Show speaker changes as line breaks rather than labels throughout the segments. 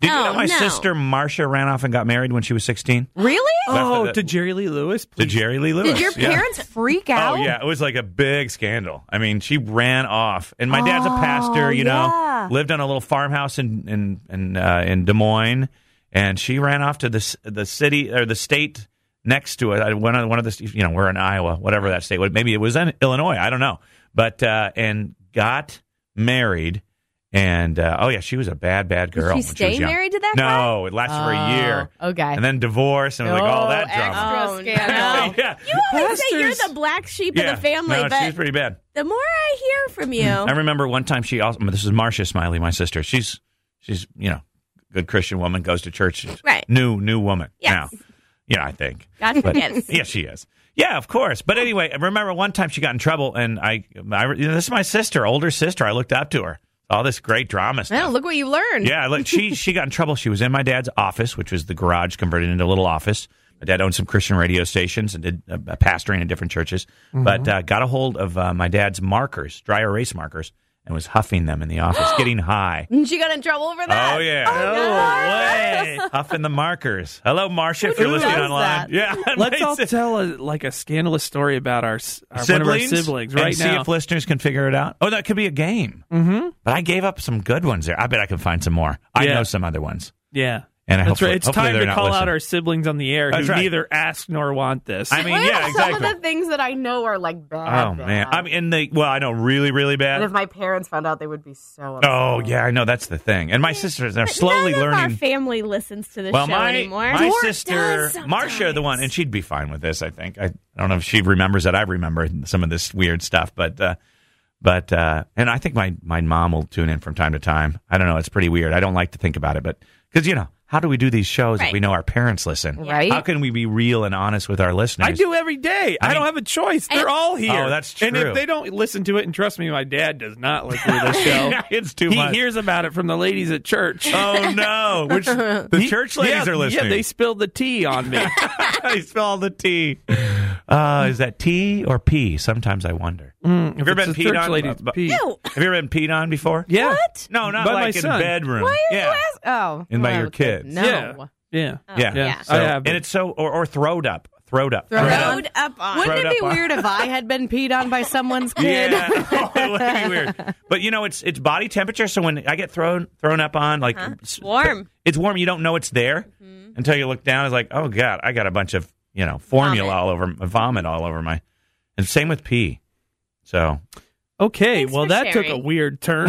Did you
Oh,
know my
no.
sister Marcia ran off and got married when she was 16?
Really?
After
Oh,
that-
to Jerry Lee Lewis.
To
Please.
Jerry Lee Lewis.
Did your
yeah.
parents freak out?
Oh yeah, it was like a big scandal. I mean, she ran off, and my dad's a pastor. You
Oh, yeah.
know, lived on a little farmhouse in in in, uh, in Des Moines, and she ran off to the c- the city or the state next to it. I- One of one of the st- you know we're in Iowa, whatever that state. was. Maybe it was in Illinois. I don't know, but uh, and got married. And uh, oh yeah, she was a bad bad girl.
she
when
stay
was young.
married to that
No,
guy?
it lasted for a year,
Oh, okay.
and then divorce, and it was like all
Oh,
that drama.
drama.
extra
Oh,
scandal.
yeah,
I always say you're
Pastors-
the black sheep
yeah.
of the family,
No, she was Mm-hmm.
but
pretty bad.
the more I hear from you,
I remember one time she also. This is Marcia Smiley, my sister. She's she's you know good Christian woman, goes to church. She's
Right.
New new woman
Yes.
now. Yeah, I think.
God
But-
forgives.
Yeah, she is. Yeah, of course. But anyway, I remember one time she got in trouble, and I, I you know, this is my sister, older sister. I looked up to her. All this great drama stuff.
Well, look what you learned.
Yeah, look, she she got in trouble. She was in my dad's office, which was the garage converted into a little office. My dad owned some Christian radio stations and did uh, pastoring in different churches,
Mm-hmm.
but uh, got a hold of uh, my dad's markers, dry erase markers, and was huffing them in the office, getting high.
And She got in trouble over that.
Oh yeah, no way, huffing the markers. Hello, Marcia, if you're
Who
listening
does
online.
that?
Yeah,
Let's
my
all
sis-
tell a, like a scandalous story about our, s- our one of our siblings
and
right
see
now.
if listeners can figure it out. Oh, that could be a game.
mm-hmm.
But I gave up some good ones there. I bet I can find some more. I
Yeah.
know some other ones.
Yeah.
And I
That's
hopefully-
right. It's
hopefully
time
they're
to
not
call out
listening.
our siblings on the air
That's
who
right.
neither ask nor want this.
I mean,
What
yeah,
are
exactly.
some of the things that I know are like bad?
Oh
bad?
man, I mean, in the well, I know really, really
and
bad.
if my parents found out, they would be so. Upset.
Oh yeah, I know that's the thing. And my sisters are
But
slowly
none Of our
learning.
family listens to this
Well,
show
my
anymore.
my
Or
sister
does sometimes.
Marcia, the one, and she'd be fine with this. I think. I, I don't know if she remembers that. I remember some of this weird stuff, but uh, but uh, and I think my my mom will tune in from time to time. I don't know. It's pretty weird. I don't like to think about it, but because you know, how do we do these shows if
Right.
we know our parents listen?
Right?
How can we be real and honest with our listeners?
I do every day. I,
mean-
don't have a choice. They're all here.
Oh, that's
And
true.
if they don't listen to it, and trust me, my dad does not listen to this show.
it's too
he
much.
hears about it from the ladies at church.
Oh no! Which the
He-
church ladies
yeah,
are listening.
Yeah, they spilled the tea on me.
I spell the T. Uh, is that T or P? Sometimes I wonder. Have
Mm,
you ever been
it's the
peed
church
on?
ladies,
Uh, bu-
pee.
Ew.
Have you ever been peed on before?
Yeah.
No, not
By my
like in
son.
bedroom. yeah.
Oh,
And by
well,
your
kids,
kids.
No.
Yeah. Yeah.
yeah,
Yeah.
So-
I have
and
been.
it's so or, or throwed up, throwed up,
Throwed
throwed
up.
Load up on.
Wouldn't
Throwed
it be
up on-
weird if I had been peed on by someone's kid?
Yeah, Oh, it would be weird. But you know, it's it's body temperature. So when I get thrown thrown up on, like
Uh-huh.
s-
Warm.
it's warm. You don't know it's there until you look down. It's like, oh god, I got a bunch of you know formula
Vomit.
all over vomit all over my. And same with pee. So
Okay,
Thanks
well,
for
that took a
sharing.
weird turn.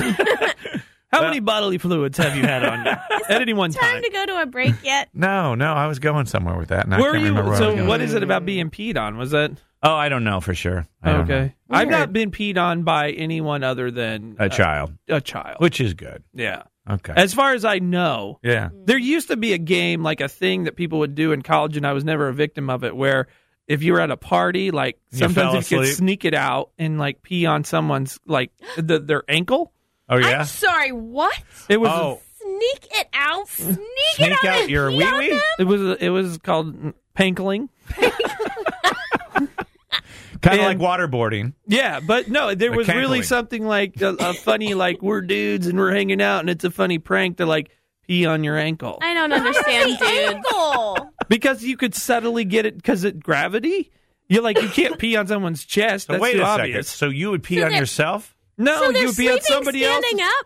How many bodily fluids have you had on you at any one
Time
time?
to go to a break yet?
no, no, I was going somewhere with that. And I
Where
can't
you?
remember where I was
So,
going.
what is it about being peed on? Was that
Oh, I don't know for sure. I don't
okay? I've
Weird.
not been peed on by anyone other than
know. a child,
A, a child.
which is good.
Yeah.
Okay.
As far as I know,
yeah.
there used to be a game, like a thing that people would do in college, and I was never a victim of it. Where if you were at a party, like
You
sometimes
fell
you could
asleep.
sneak it out and like pee on someone's like the, their ankle.
Oh yeah.
I'm sorry. What?
It was
oh,
Sneak it out. Sneak, it
sneak
out.
out
and
your
pee
wee
on
wee.
them?
it was it was called pankling.
Kind of like
And-
waterboarding.
Yeah, but no, there
The
was really
cankling.
something like a, a funny, like we're dudes and we're hanging out, and it's a funny prank to like pee on your ankle
I don't understand, dude.
because you could subtly get it because it gravity. You're like you can't pee on someone's chest.
So
That's
wait
too
a second.
obvious.
So you would pee
So
on
they're-
yourself?
No,
Oh,
so they're
you would pee on
sleeping,
somebody else.
standing up.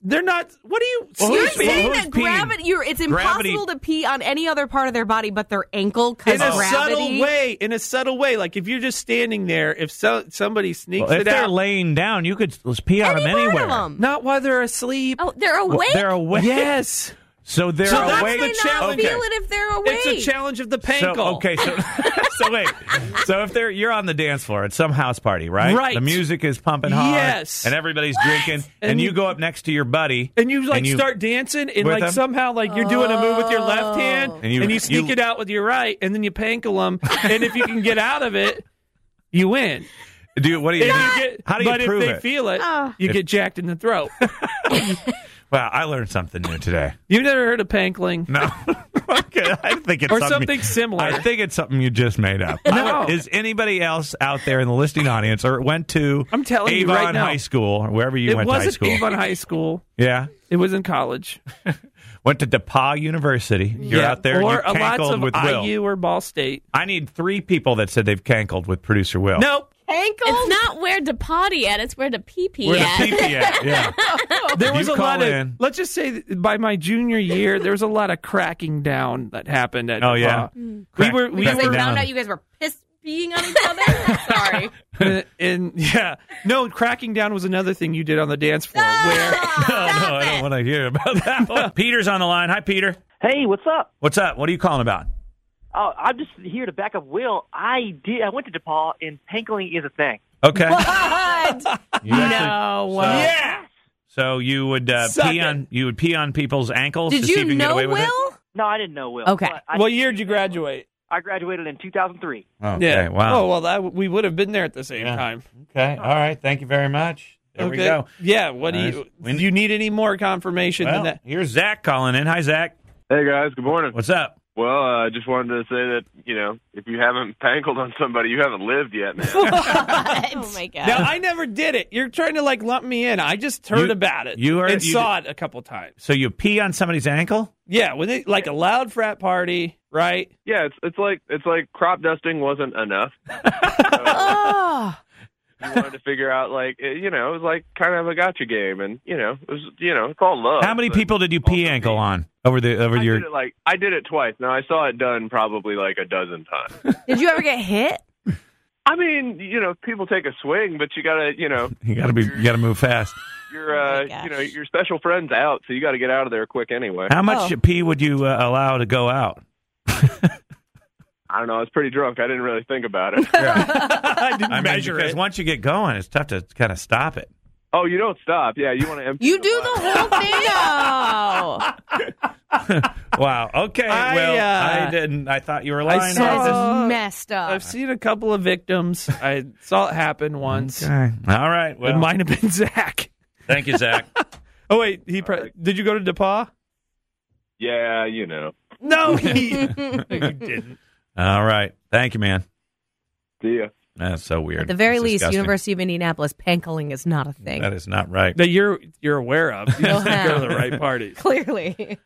They're not. What are you
Well,
You're
who's-
sleeping?
saying
who's
that
peeing?
gravity, you're, it's
Gravity-
impossible to pee on any other part of their body but their ankle because
in a
gravity.
subtle way, in a subtle way, like if you're just standing there, if so, somebody sneaks
Well, if
it
they're
out,
laying down, you could s- pee on
Any
them
part
anywhere.
of them.
not while they're asleep.
Oh, they're
Well,
awake.
They're awake.
Yes,
So they're
So that's
awake.
the
They not
challenge.
feel it if they're awake.
it's a challenge of the
So
pankle.
okay, so so wait. So if they're you're on the dance floor at some house party, right?
Right.
The music is pumping hard,
Yes.
and everybody's drinking, and,
And
you
you-
go up next to your buddy,
and you like
and you-
start dancing and
With
like
them?
somehow like you're doing a move with your left hand
And
and
you-
you, sneak
you-
it out with your right and then you pankle them and if you can get out of it you win
Do you, what do you?
If
do?
you get-
How do you
but
prove
if they
it?
feel it
Oh.
you get jacked in the throat
Wow, I learned something new today.
you never heard of pankling
No, okay, I think it's
or
something,
something similar
I think it's something you just made up.
No.
Is anybody else out there in the listening audience or went to
I'm telling you
Avon
right now.
High School or wherever you
it
went to high
wasn't
school?
Avon High School
Yeah.
it was in college
Went to DePauw University. You're
Yeah.
out there.
or
you
a lots
cankled
of
with Will.
IU or Ball State.
I need three people that said they've cankled with producer Will.
Nope.
It's not where to potty at, it's where to pee pee
Where the
at.
PP at? Yeah.
There
You
was a
call
lot of.
in.
Let's just say that by my junior year, there was a lot of cracking down that happened. At
Oh, yeah.
DePauw. we were we
Crack
were
down.
you guys were pissed being on each other. Sorry.
and, and- yeah no cracking down was another thing you did on the dance floor where
No, no, I don't want to hear about that. one. Peter's on the line. Hi, Peter.
Hey, what's up?
What's up? What are you calling about?
Oh, I'm just here to back up Will. I did. I went to DePaul, and pankling is a thing.
Okay.
What?
You actually-
no.
so,
uh,
So you would uh,
Suck
pee
it.
on you would pee on people's ankles to
Did
see if
you
you can get
know
away
Will?
with it.
No, I didn't know Will.
Okay.
but I,
what year did you graduate
I graduated in 2003.
Okay. Wow.
oh well that we would have been there at the same
Yeah.
time
Okay. All right. Thank you very much. There we
Okay.
go.
yeah what do
Nice.
you
We-
do you need any more confirmation than
Well,
that
here's Zach calling in. Hi, Zach.
Hey guys, good morning.
What's up?
Well, I uh, just wanted to say that you know if you haven't pangled on somebody, you haven't lived yet, man.
oh my god.
now I never did it. You're trying to like lump me in. I just heard
You-
about it.
you heard-
and
you
saw it a couple times.
So you pee on somebody's ankle?
Yeah, when they like a loud frat party, right?
yeah, it's it's like it's like crop dusting wasn't enough. so
Oh.
you wanted to figure out like it, you know it was like kind of a gotcha game, and you know it was you know it's all love.
How many
but
people did you pee
also
ankle
me.
on over the over
I
your?
did it like I did it twice. Now I saw it done probably like a dozen times.
Did you ever get hit?
I mean, you know, people take a swing, but you gotta you know
You gotta be you gotta move fast.
your
Oh my
uh,
gosh.
you know your special friend's out, so you got to get out of there quick anyway.
How
Oh.
much pee would you uh, allow to go out?
I don't know. I was pretty drunk. I didn't really think about it.
I didn't
I mean,
measure
because
it.
once you get going, it's tough to kind of stop it.
Oh, you don't stop. Yeah, you want to empty.
You do the whole thing. no.
Oh. Wow. Okay.
I,
well,
uh,
I didn't. I thought you were
I
lying.
saw
about
That
this.
Uh,
is messed up.
I've seen a couple of victims. I saw it happen once.
Okay. All right. Well,
it might have been Zach.
thank you, Zach.
Oh wait, he pre- did you go to DePauw?
Yeah, you know.
No, he you didn't.
All right. Thank you, man.
See ya.
That's so weird.
At the very
It's
least,
disgusting.
University of Indianapolis pankling is not a thing.
That is not right.
That you're you're aware of. You just
You'll
didn't go to the
have.
right parties.
Clearly.